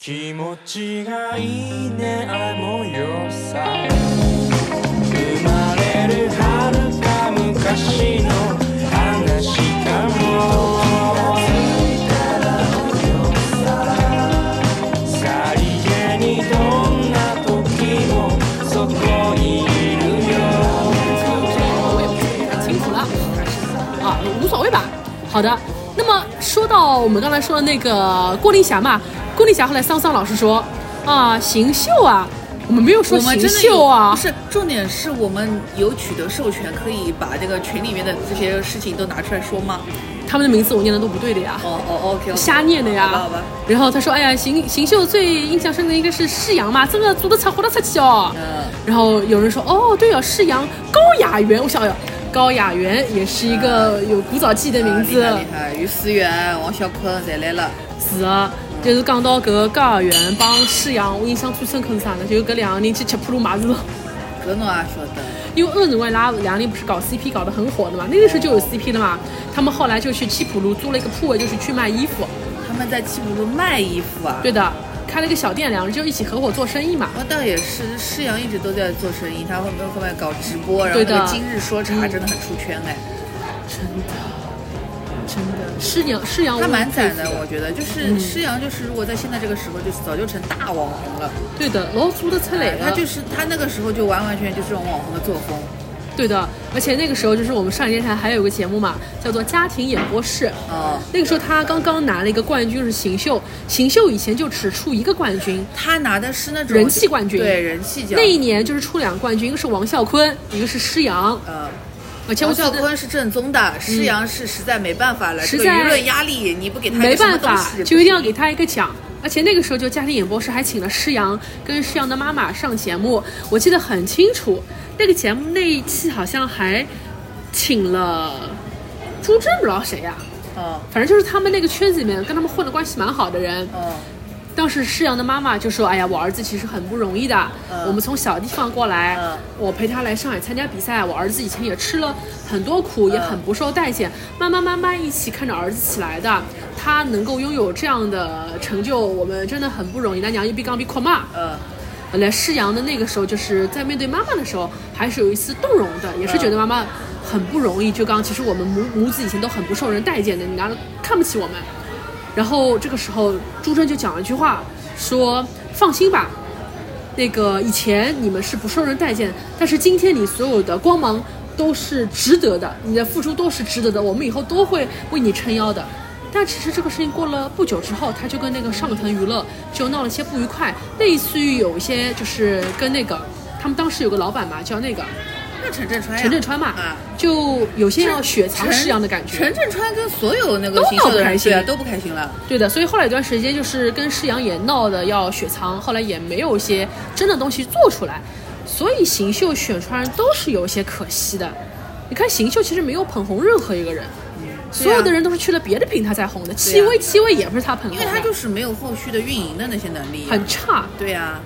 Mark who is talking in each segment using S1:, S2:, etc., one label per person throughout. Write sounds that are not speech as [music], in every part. S1: 気持ちがいいね愛もよさ生まれる遥か昔の話かもさりげにどんな時もそこにいるよ
S2: 我也不太清楚了啊，无所谓吧。好的，那么说到我们刚才说的那个郭丽霞嘛，郭丽霞后来桑桑老师说啊，行秀啊，我们没有说
S3: 我们
S2: 行
S3: 真的有
S2: 秀啊
S3: 不，是重点是我们有取得授权，可以把这个群里面的这些事情都拿出来说吗？
S2: 他们的名字我念的都不对的呀。
S3: 哦哦，OK，, o
S2: 瞎念的呀。
S3: 好吧好吧，
S2: 然后他说：“哎呀，邢邢秀最印象深的应该是释阳嘛，这个做的才活得出去哦。
S3: 嗯
S2: 然后有人说：“哦，对哦，释阳高雅媛，我想想，高雅媛也是一个有古早记忆的名字。
S3: 啊厉害厉害，于思源、王小坤侪来了，
S2: 是啊，就是讲到搿个高雅媛帮释阳，我印象最深刻是啥呢？就是搿两个人去吃普鲁马路，
S3: 搿侬也晓得，
S2: 因为恶人外拉两个人不是搞 CP 搞得很火的嘛，那个时候就有 CP 了嘛。他们后来就去七浦路租了一个铺位，就是去卖衣服。
S3: 他们在七浦路卖衣服啊。
S2: 对的，开了一个小店，两人就一起合伙做生意嘛。
S3: 哦，倒也是，施洋一直都在做生意，他会跟后面搞直播，然
S2: 对
S3: 后
S2: 的嗯
S3: 那个今日说茶真的很出圈哎，
S2: 真的，施洋施洋，
S3: 他蛮惨的，我觉得
S2: 嗯
S3: 就是施洋就是如果在现在这个时候，就早就成大网红了，
S2: 对的，老做得出来
S3: 哎
S2: 的，
S3: 他就是他那个时候就完完全全就是这种网红的作风，
S2: 对的。而且那个时候就是我们上一电视台还有个节目嘛，叫做《家庭演播室》。
S3: 哦。
S2: 那个时候他刚刚拿了一个冠军，是邢秀。邢秀以前就只出一个冠军，
S3: 他拿的是那种
S2: 人气冠军
S3: 对人气奖。
S2: 那一年就是出两个冠军，一个是王啸坤，一个是施洋。
S3: 呃，
S2: 而且我
S3: 王
S2: 觉
S3: 啸
S2: 得嗯
S3: 坤是正宗的，施洋是实在没办法了，
S2: 实
S3: 这
S2: 在
S3: 个舆论压力你不给他
S2: 没
S3: 一个什么
S2: 办
S3: 东
S2: 法
S3: 西，
S2: 就一定要给他一个奖。而且那个时候就家庭演播室还请了施洋跟施洋的妈妈上节目，我记得很清楚。那个节目那一期好像还请了朱桢，不知道谁呀、
S3: 嗯
S2: 反正就是他们那个圈子里面跟他们混的关系蛮好的人。
S3: 嗯
S2: 当时施洋的妈妈就说：“哎呀，我儿子其实很不容易的，
S3: 嗯
S2: 我们从小地方过来，
S3: 嗯
S2: 我陪他来上海参加比赛，我儿子以前也吃了很多苦，也很不受待见，慢慢慢慢一起看着儿子起来的，他能够拥有这样的成就，我们真的很不容易。那娘一比刚比阔嘛。”
S3: 嗯，
S2: 本来施洋的那个时候，就是在面对妈妈的时候，还是有一丝动容的，也是觉得妈妈很不容易。就刚其实我们母母子以前都很不受人待见的，你拿了看不起我们。然后这个时候，朱桢就讲了一句话，说：“放心吧，那个以前你们是不受人待见，但是今天你所有的光芒都是值得的，你的付出都是值得的，我们以后都会为你撑腰的。但其实这个事情过了不久之后，他就跟那个上腾娱乐就闹了一些不愉快，类似于有一些就是跟那个他们当时有个老板嘛，叫那个
S3: 那陈振川呀，
S2: 陈振川嘛，
S3: 啊，
S2: 就有些要雪藏
S3: 陈
S2: 式一样的感觉。
S3: 陈振川跟所有那个
S2: 都
S3: 新秀
S2: 闹不
S3: 的
S2: 开
S3: 人
S2: 心
S3: 对啊都不开心了，
S2: 对的，所以后来一段时间就是跟施洋也闹的要雪藏，后来也没有一些真的东西做出来，所以邢秀选出来人都是有一些可惜的。你看邢秀其实没有捧红任何一个人，所有的人都是去了别的平台才红的。戚薇，戚薇也不是啊他捧红
S3: 因
S2: 的，
S3: 为他就是没有后续的运营的那些能力啊。
S2: 很差，
S3: 对呀、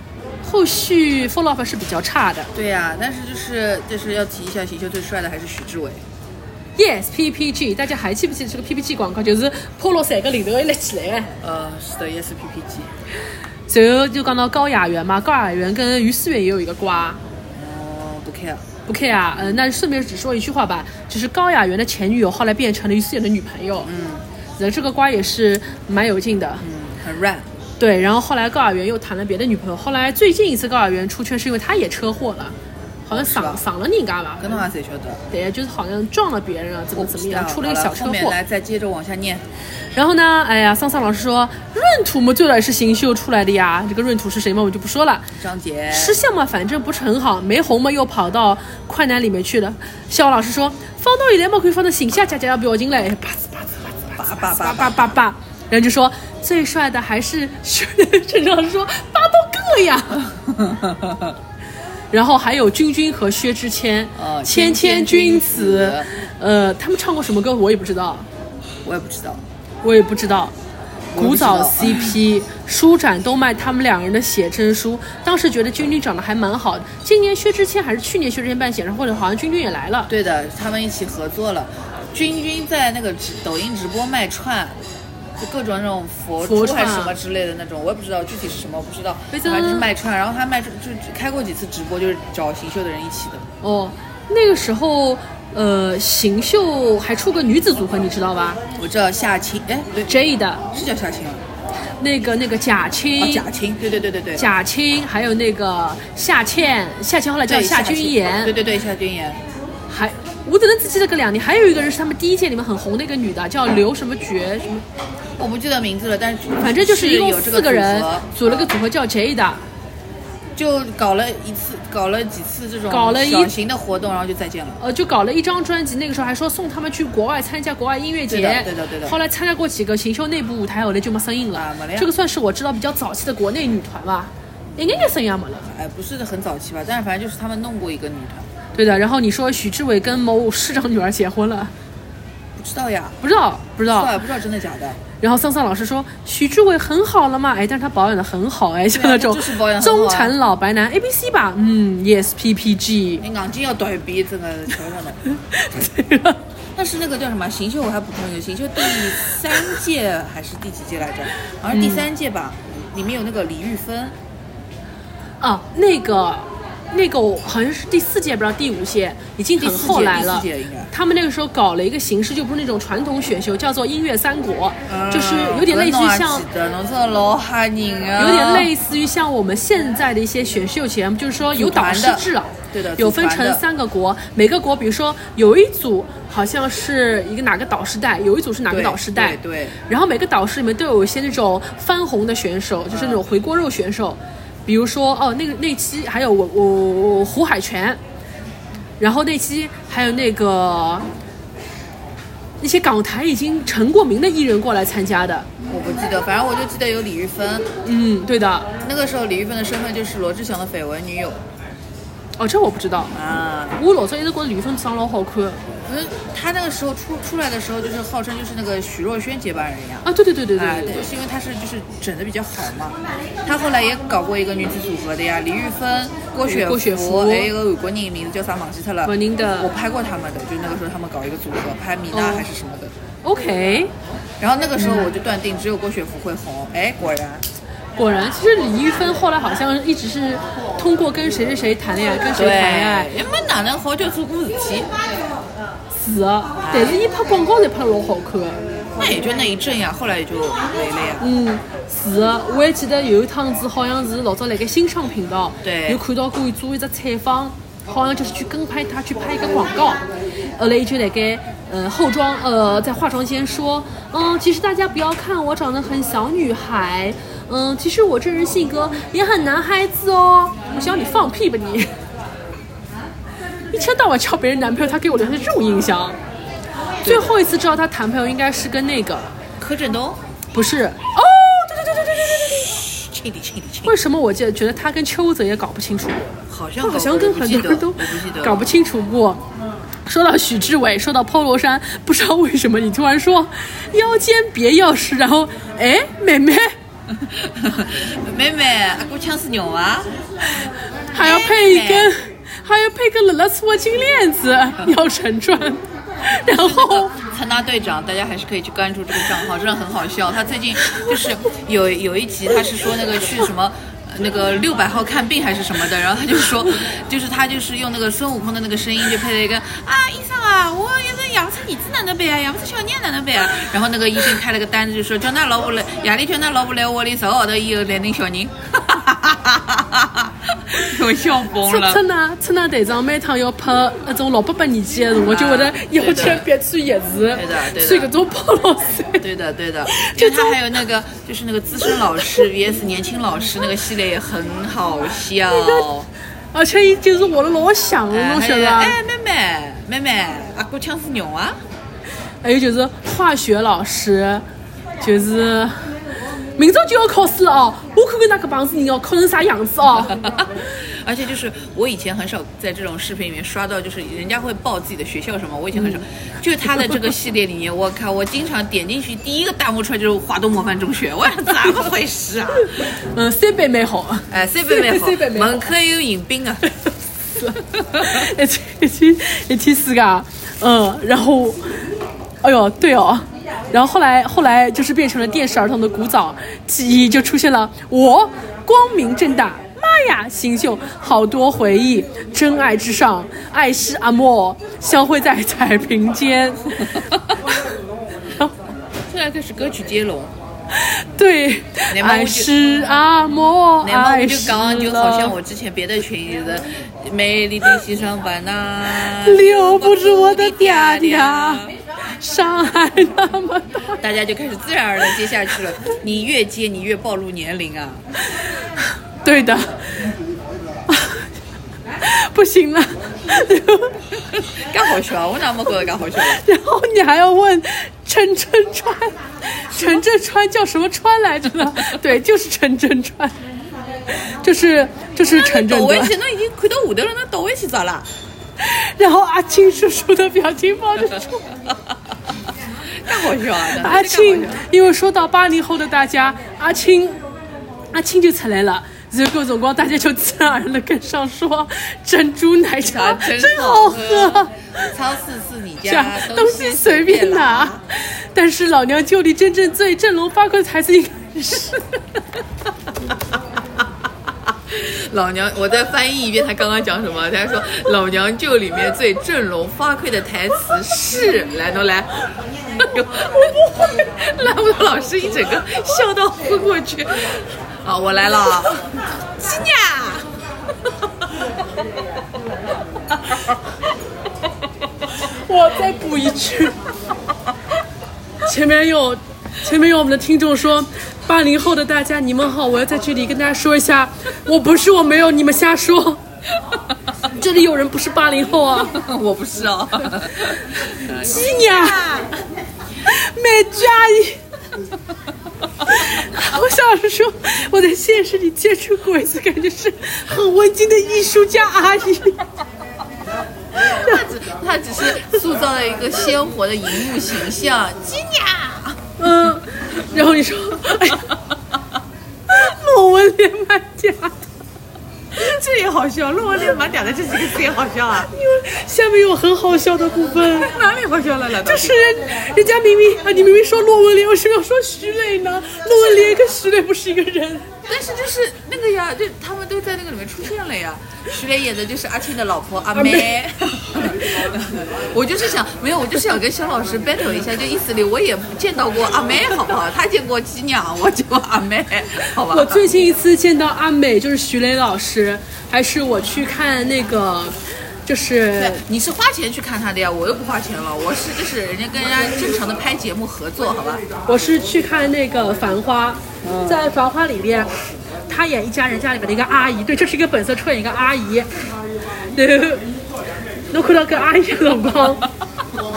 S2: 后续 follow up 是比较差的。
S3: 对呀、但是就是就是要提一下，邢秀最帅的还是许志伟，
S2: Yes，PPG，大家还记不记得这个 PPG 广告？就是 Polo 三个领头一立起来的。
S3: 呃，是的，yes PPG，
S2: 随后就讲到高雅媛嘛，高雅媛跟于思远也有一个瓜。
S3: 哦，不 care，
S2: 不 care 啊，嗯、那顺便只说一句话吧，就是高雅媛的前女友后来变成了于思远的女朋友，嗯，那这个瓜也是蛮有劲的，
S3: 嗯，很 rap，
S2: 对，然后后来高雅媛又谈了别的女朋友，后来最近一次高雅媛出圈是因为她也车祸了，好像
S3: 哦是
S2: 搿
S3: 吧
S2: 搿了人家吧，
S3: 搿侬也侪晓得。
S2: 对，就是好像撞了别人啊，
S3: 哦
S2: 怎么怎么样，出了
S3: 一
S2: 个小车
S3: 后面
S2: 祸。
S3: 来再接着往下念，
S2: 然后呢，哎呀，桑桑老师说闰土嘛，最早也是邢秀出来的呀，这个闰土是谁嘛，我就不说了。
S3: 张杰
S2: 吃相嘛，反正不是很好，没红嘛，又跑到快男里面去了。肖老师说，放到现在嘛，可以放到形象加加表情嘞，叭子叭子
S3: 八八
S2: 叭叭
S3: 八
S2: 叭叭。人就说最帅的还是陈老师说八到个呀。
S3: [laughs]
S2: 然后还有君君和薛之谦，
S3: 哦
S2: 谦谦
S3: 谦
S2: 君
S3: 君
S2: 子
S3: 子，
S2: 呃，他们唱过什么歌我也不知道，
S3: 我也不知道，
S2: 我也不知道。
S3: 我也
S2: 古
S3: 不知道
S2: 早 CP 书展都卖他们两人的写真书，当时觉得君君长得还蛮好的。今年薛之谦还是去年薛之谦办写真会的，好像君君也来了。
S3: 对的，他们一起合作了。君君在那个直抖音直播卖串，就各种那种佛
S2: 佛
S3: 珠还是
S2: 串
S3: 什么之类的那种，我也不知道具体是什么，我不知道，
S2: 非
S3: 反
S2: 常
S3: 正就是卖串。然后他卖串就就开过几次直播，就是找行秀的人一起的。
S2: 哦，那个时候，呃，邢秀还出个女子组合，你知道吧
S3: 我知道夏青，哎，对，
S2: ？Jade，
S3: 是叫夏青吗？
S2: 那个那个啊贾青。
S3: 哦，贾青，对对对对对，
S2: 贾青，还有那个夏倩，夏倩后来叫
S3: 对
S2: 夏君妍，
S3: 对对对，夏君妍，
S2: 还我只能只记得这两年，还有一个人是他们第一届里面很红的一个女的，叫刘什么觉什么，
S3: 我不记得名字了，但是
S2: 反正就是一共
S3: 有这
S2: 四个人
S3: 组合嗯啊
S2: 组了个组合叫 Jade，
S3: 就搞了一次，搞了几次这种
S2: 搞了一
S3: 小型的活动，然后就再见了。
S2: 呃，就搞了一张专辑，那个时候还说送他们去国外参加国外音乐节，
S3: 对的对的对的
S2: 后来参加过几个行秀内部舞台，后来就没声音了。
S3: 啊没了呀
S2: 这个算是我知道比较早期的国内女团吧，应该叫声音也没了。
S3: 哎，不是很早期吧，但是反正就是他们弄过一个女团，
S2: 对的，然后你说许志伟跟某市长女儿结婚了，
S3: 不知道呀，
S2: 不知道不知
S3: 不知
S2: 道
S3: 道。呀，不知道真的假的。
S2: 然后桑桑老师说许志伟很好了嘛，哎，但是他保养的很好哎，像那种
S3: 他啊就是保养得很好啊
S2: 中产老白男 A B C 吧，嗯，Yes P P
S3: [laughs]
S2: G，
S3: 你眼睛哎要短一边，这个瞧
S2: [laughs]
S3: 瞧的。但是那个叫什么行秀，我还补充一个行秀第三届还是第几届来着？好像第三届吧，里面有那个李玉芬，
S2: 啊，那个那个我好像是第四届，不知道第五届，已经很后来了
S3: 第四届第四届应该。
S2: 他们那个时候搞了一个形式，就不是那种传统选秀，叫做音乐三国，就是
S3: 嗯
S2: 有点类似于
S3: 搿侬
S2: 像
S3: 也记。得侬真的老吓人啊，
S2: 有点类似于像我们现在的一些选秀节目，就是说有导师制啊，
S3: 组团的对的
S2: 有分成三个国，每个国比如说有一组好像是一个哪个导师带，有一组是哪个
S3: 对
S2: 导师带，
S3: 对对
S2: 然后每个导师里面都有一些那种翻红的选手，就是那种回锅肉选手，比如说哦，那个那期还有我我我胡海泉，然后那期还有那个那些港台已经成过名的艺人过来参加的，
S3: 我不记得，反正我就记得有李玉芬。
S2: 嗯，对的，
S3: 那个时候李玉芬的身份就是罗志祥的绯闻女友
S2: 哦，这我不知道。
S3: 啊。
S2: 我老早一直觉得李宇春长老好看
S3: 可是她那个时候出出来的时候，就是号称就是那个徐若瑄接班人呀。
S2: 啊！对对对对
S3: 啊，
S2: 对对
S3: 对，是因为她是就是整的比较好嘛。她后来也搞过一个女子组合的呀，李玉芬、郭雪
S2: 郭雪
S3: 芙，
S2: 芙
S3: 还有一个韩国人名字叫啥忘记掉了。
S2: 忘记掉了
S3: 我拍过他们的，就那个时候他们搞一个组合，拍米娜还是什么的。
S2: ，OK。
S3: 然后那个时候我就断定只有郭雪芙会红，哎，果然。
S2: 果然，其实李玉芬后来好像一直是通过跟谁谁谁谈恋爱，跟谁谈恋爱
S3: 也没哪能好叫做过事体，
S2: 死的，但是伊拍广告侪拍得老好看的。
S3: 那也就那一阵呀，后来也就没了呀。
S2: 嗯，是的，我还记得有一趟子，好像是老早辣盖新上频道，
S3: 对
S2: 有看到过伊做一只采访，好像就是去跟拍他去拍一个广告，后来伊就辣盖呃后妆呃在化妆间说，嗯，其实大家不要看我长得很小女孩，嗯，其实我这人性格也很男孩子哦，我想你放屁吧你，一天到晚敲别人男朋友，他给我留下这种印象。最后一次知道他谈朋友应该是跟那个
S3: 柯震东，
S2: 不是哦，对对对对对对对。
S3: 亲你亲你亲，
S2: 为什么我就觉得他跟邱泽也搞不清楚？
S3: 好像
S2: 他好像跟很多人都
S3: 我不记得，
S2: 搞不清楚过。说到许志伟，说到 Polo 衫，不知道为什么你突然说腰间别钥匙，然后哎，妹妹
S3: [laughs] 妹妹，阿哥枪是牛啊，
S2: 还要配一根，还要配个冷了搓金链
S3: [laughs]
S2: 子，腰绳转，然后
S3: 参大队长，大家还是可以去关注这个账号，真的很好笑。他最近就是有有一集，他是说那个去什么。呃那个六百号看病还是什么的，然后他就说，就是他就是用那个孙悟空的那个声音，就配了一个啊医生啊，我有个养不出儿子哪能办啊，养不出小人哪能办啊？然后那个医生开了个单子，就说叫那老婆来，夜里叫那老婆来屋里十个号头以后来领小人，哈哈哈哈哈哈！我笑疯
S2: 出
S3: 了
S2: 出。呢出呢队长每趟要拍那种老伯伯年纪的辰光，就会得腰间别穿叶子
S3: [laughs] 对的对，的
S2: 穿各种 Polo 衫。
S3: 对的，对的，因
S2: 就
S3: 为他还有那个就是那个资深老师 vs 年轻老师那个系列也很好 [laughs] 笑。
S2: 而且伊就是活了啊老像的，
S3: 哎
S2: 侬
S3: 还有
S2: 晓得伐？
S3: 哎，妹妹，妹妹，阿哥腔是牛啊！
S2: 还有就是化学老师，就是明朝就要考试了哦，我看看那个帮子人哦，考成啥样子哦。 [laughs]
S3: 而且就是我以前很少在这种视频里面刷到，就是人家会报自己的学校什么，我以前很少。就他的这个系列里面，我靠，我经常点进去第一个弹幕出来就是华东模范中学， [laughs] 我想咋么回事啊？
S2: 嗯，三班蛮好， [laughs]
S3: 哎，三百蛮好
S2: 三百，蛮好
S3: 门口有迎宾啊。
S2: 一啊呃天一天一天四个，嗯，然后，哎哟，对哦，然后后来后来就是变成了电视儿童的古早记忆，就出现了我光明正大。妈呀，新秀，好多回忆，真爱至上，爱是阿莫，相会在彩屏间。
S3: [laughs]
S2: [laughs]
S3: 现在开始歌曲接龙，
S2: 对，
S3: 内蒙古就
S2: 爱是阿莫，
S3: 那么我
S2: 爱
S3: 就是讲，就好像我之前别的群里的美丽的西双版纳，
S2: 留不住我的嗲嗲，伤害那么大。
S3: 大家就开始自然而然接下去了。你越接，你越暴露年龄啊！
S2: 对的， [laughs] 不行了。
S3: 干好笑啊，我哪没觉得干好笑了？
S2: 然后你还要问陈振川，陈振川叫什么川来着
S3: [laughs]
S2: 呢？对，就是陈振川，就是就是陈振
S3: 倒回
S2: 川。
S3: 去，那已经看到下头了，那倒回去咋啦？
S2: 然后阿青叔叔的表情包
S3: [laughs]
S2: 就是
S3: 干好笑啊！真的
S2: [laughs] 阿
S3: 干
S2: 青
S3: 好笑，
S2: 因为说到八零后的大家，阿青阿青就出来了。然后辰光，大家就自然而然的跟上说珍珠奶茶
S3: 啊
S2: 真好
S3: 好
S2: [laughs]
S3: 嗯
S2: 喝，，
S3: 超市是你
S2: 这样
S3: 家，
S2: 东西随便拿。
S3: 啊
S2: 但是老娘舅里真正最振聋发聩的台词应该是。
S3: 老娘，我再翻译一遍他刚刚讲什么。他说《老娘舅》里面最振聋发聩的台词是，来都来。 [laughs] 我不会，拉姆老师一整个笑到昏过去。啊，我来了啊，吉尼亚。
S2: 我再补一句， [laughs] 前面有前面有我们的听众说，八零后的大家你们好，我要在这里跟大家说一下，我不是我没有，你们瞎 [laughs] 说。这里有人不是八零后啊，
S3: 我不是哦，
S2: 鸡娘，美加一。我小时候我在现实里接触过一次，感觉是很文静的艺术家阿姨。
S3: 他只他只是塑造了一个鲜活的荧幕形象。吉尼亚，
S2: 嗯，然后你说，哎呀，论文连麦嗲的，
S3: 这也好笑，论文里蛮嗲的这几个字也好笑啊，
S2: 因为下面有很好笑的部分，
S3: 哪里好笑了？老
S2: 就是人人家明明啊，你明明说论文连，为什么要说徐磊呢？论文连跟徐磊不是一个人，
S3: 但是就是那个呀，就他们都在那个里面出现了呀。徐磊演的就是阿青的老婆阿
S2: 啊
S3: 妹， [laughs] 我就是想没有，我就是想跟肖老师 battle 一下，就意思里我也见到过阿妹，好不好？他见过鸡娘，我见过阿妹， [laughs] 好吧？
S2: 我最近一次见到阿美就是徐磊老师，还是我去看那个，就是
S3: 对，你是花钱去看他的呀，我又不花钱了，我是就是人家跟人家正常的拍节目合作，好吧？
S2: 我是去看那个《繁花》，在《繁花》里面，他演一家人家里面的一个阿姨，对，这是一个本色出演一个阿姨，对，侬看到跟阿姨的辰光，侬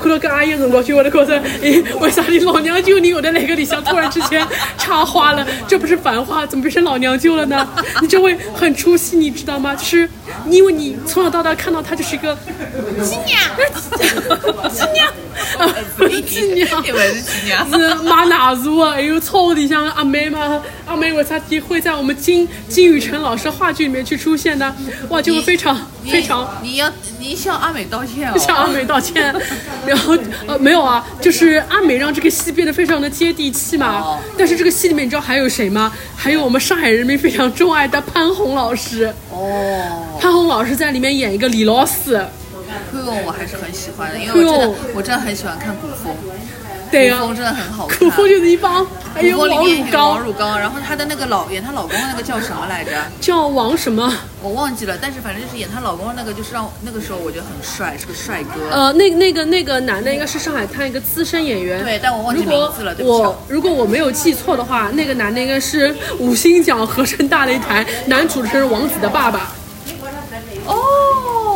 S2: 看到跟阿姨的辰光，就会得觉着，诶，为啥你老娘舅你有的那个里向突然之间插花了？这不是《繁花》，怎么变成老娘舅了呢？你就会很出戏，你知道吗？就是因为你从小到大看到他就是一个
S3: 鸡
S2: [laughs]
S3: 娘，
S2: 鸡娘， [laughs] 啊，不是鸡娘。
S3: 你们是鸡娘。
S2: 是买奶茶啊，还有超里向的阿妹嘛，阿妹为啥体会在我们金金宇澄老师话剧里面去出现呢？哇， [laughs] 就会非常
S3: 你
S2: 非常。
S3: 你要你向阿美道歉哦，
S2: 向阿美道歉，然后呃没有啊，就是阿美让这个戏变得非常的接地气嘛
S3: 哦。
S2: 但是这个戏里面你知道还有谁吗？还有我们上海人民非常钟爱的潘虹老师。
S3: 哦。
S2: 潘虹老师在里面演一个李老四，
S3: 酷用我还是很喜欢的，因为我真
S2: 酷
S3: 的
S2: 用
S3: 我真的很喜欢看古风，
S2: 对呀
S3: 古、风真的很好看。
S2: 苦风就是一帮，还有
S3: 古风里
S2: 王汝
S3: 面有王
S2: 刚，
S3: 汝刚，然后她的那个老演她老公的那个叫什么来着？
S2: 叫王什么？
S3: 我忘记了，但是反正就是演她老公的那个，就是让那个时候我觉得很帅，是个帅哥。
S2: 呃，那那个那个男的应该是上海滩一个资深演员。
S3: 对但我忘记
S2: 如果
S3: 名字了对不起啊
S2: 我如果我没有记错的话，那个男的应该是五星奖和声大擂台男主持人王子的爸爸。
S3: 哦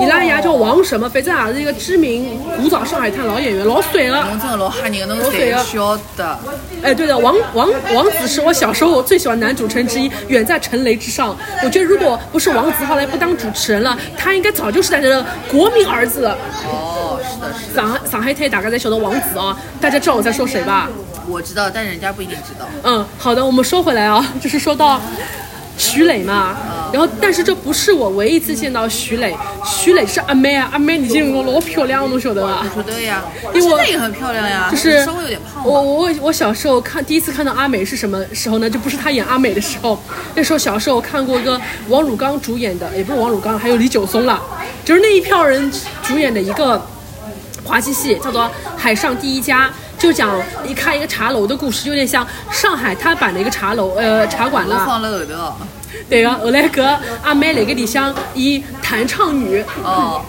S2: 伊拉爷叫王什么？反正也是一个知名古早上海滩老演员，老帅了。
S3: 侬这老吓人，侬谁晓得？
S2: 哎，对的，王王王子是我小时候最喜欢男主持人之一，远在陈雷之上。我觉得如果不是王子后来不当主持人了，他应该早就是大家的国民儿子了。
S3: 哦，是的，是的，
S2: 上海上海滩大家在晓得王子啊，大家知道我在说谁吧？
S3: 我知道，但人家不一定知道。
S2: [laughs] 嗯，好的，我们说回来啊，就是说到徐磊嘛，然后，但是这不是我唯一一次见到徐磊，徐磊是阿妹啊，阿妹你进过老漂亮了，侬晓得啊吧？
S3: 不对呀，
S2: 因为
S3: 现
S2: 我
S3: 在也很漂亮呀，
S2: 就是
S3: 啊稍微有点胖
S2: 我
S3: 吧。
S2: 我我小时候看第一次看到阿美是什么时候呢？就不是她演阿美的时候， [laughs] 那时候小时候看过一个王汝刚主演的，也不是王汝刚，还有李九松了，就是那一票人主演的一个滑稽戏，叫做《海上第一家》，就讲一看一个茶楼的故事，有点像上海滩版的一个茶楼呃茶馆
S3: 我
S2: 啦。
S3: 放了耳朵，
S2: 对个，后来搿阿美辣盖里向以弹唱女
S3: 哦，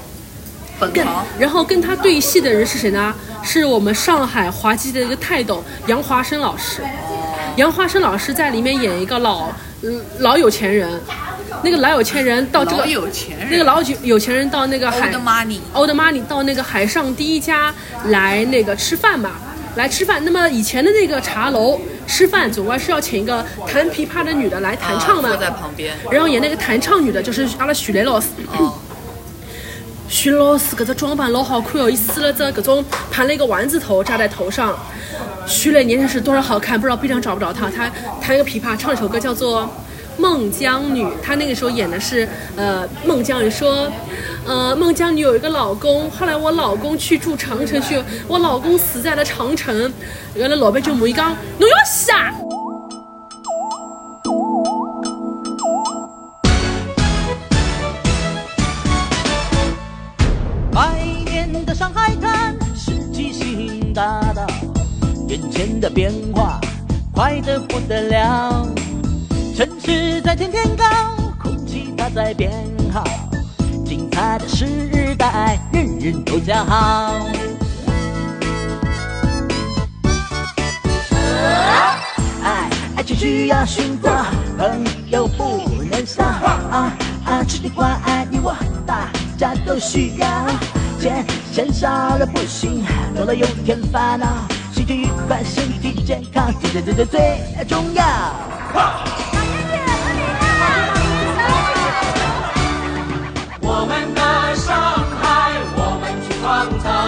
S3: 本
S2: 跟
S3: 行，
S2: 然后跟他对戏的人是谁呢？是我们上海滑稽的一个泰斗杨华生老师。
S3: 哦
S2: 杨华生老师在里面演一个老嗯老有钱人，那个老有钱人到这个
S3: 老有钱人
S2: 那个老有有钱人到那个海
S3: Old money
S2: old money 到那个海上第一家来那个吃饭嘛，来吃饭。那么以前的那个茶楼吃饭总归是要请一个弹琵琶的女的来弹唱嘛
S3: 啊坐，在旁边，
S2: 然后演那个弹唱女的就是阿拉许雷老师。
S3: 哦，
S2: 徐老师搿只装扮老好看哦，伊梳了只搿种盘了一个丸子头扎在头上。徐磊年轻时多少好看，不知道 B 站找不找他。他弹一个琵琶，唱一首歌叫做《孟姜女》，他那个时候演的是呃孟姜女，说呃孟姜女有一个老公，后来我老公去住长城去，我老公死在了长城。原来老板就问伊讲，侬要死啊？
S4: 百年的上海滩是记性大道，眼前的变化快得不得了。城市在天天高，空气它在变好，精彩的时代人人都叫好。爱爱情需要寻找，朋友不能少啊啊！吃的关爱你我大家都需要，钱钱少了不行，多了有点烦恼，心情愉快，身体健康，最最最最最重要。
S5: 我们的上海，我们去创造。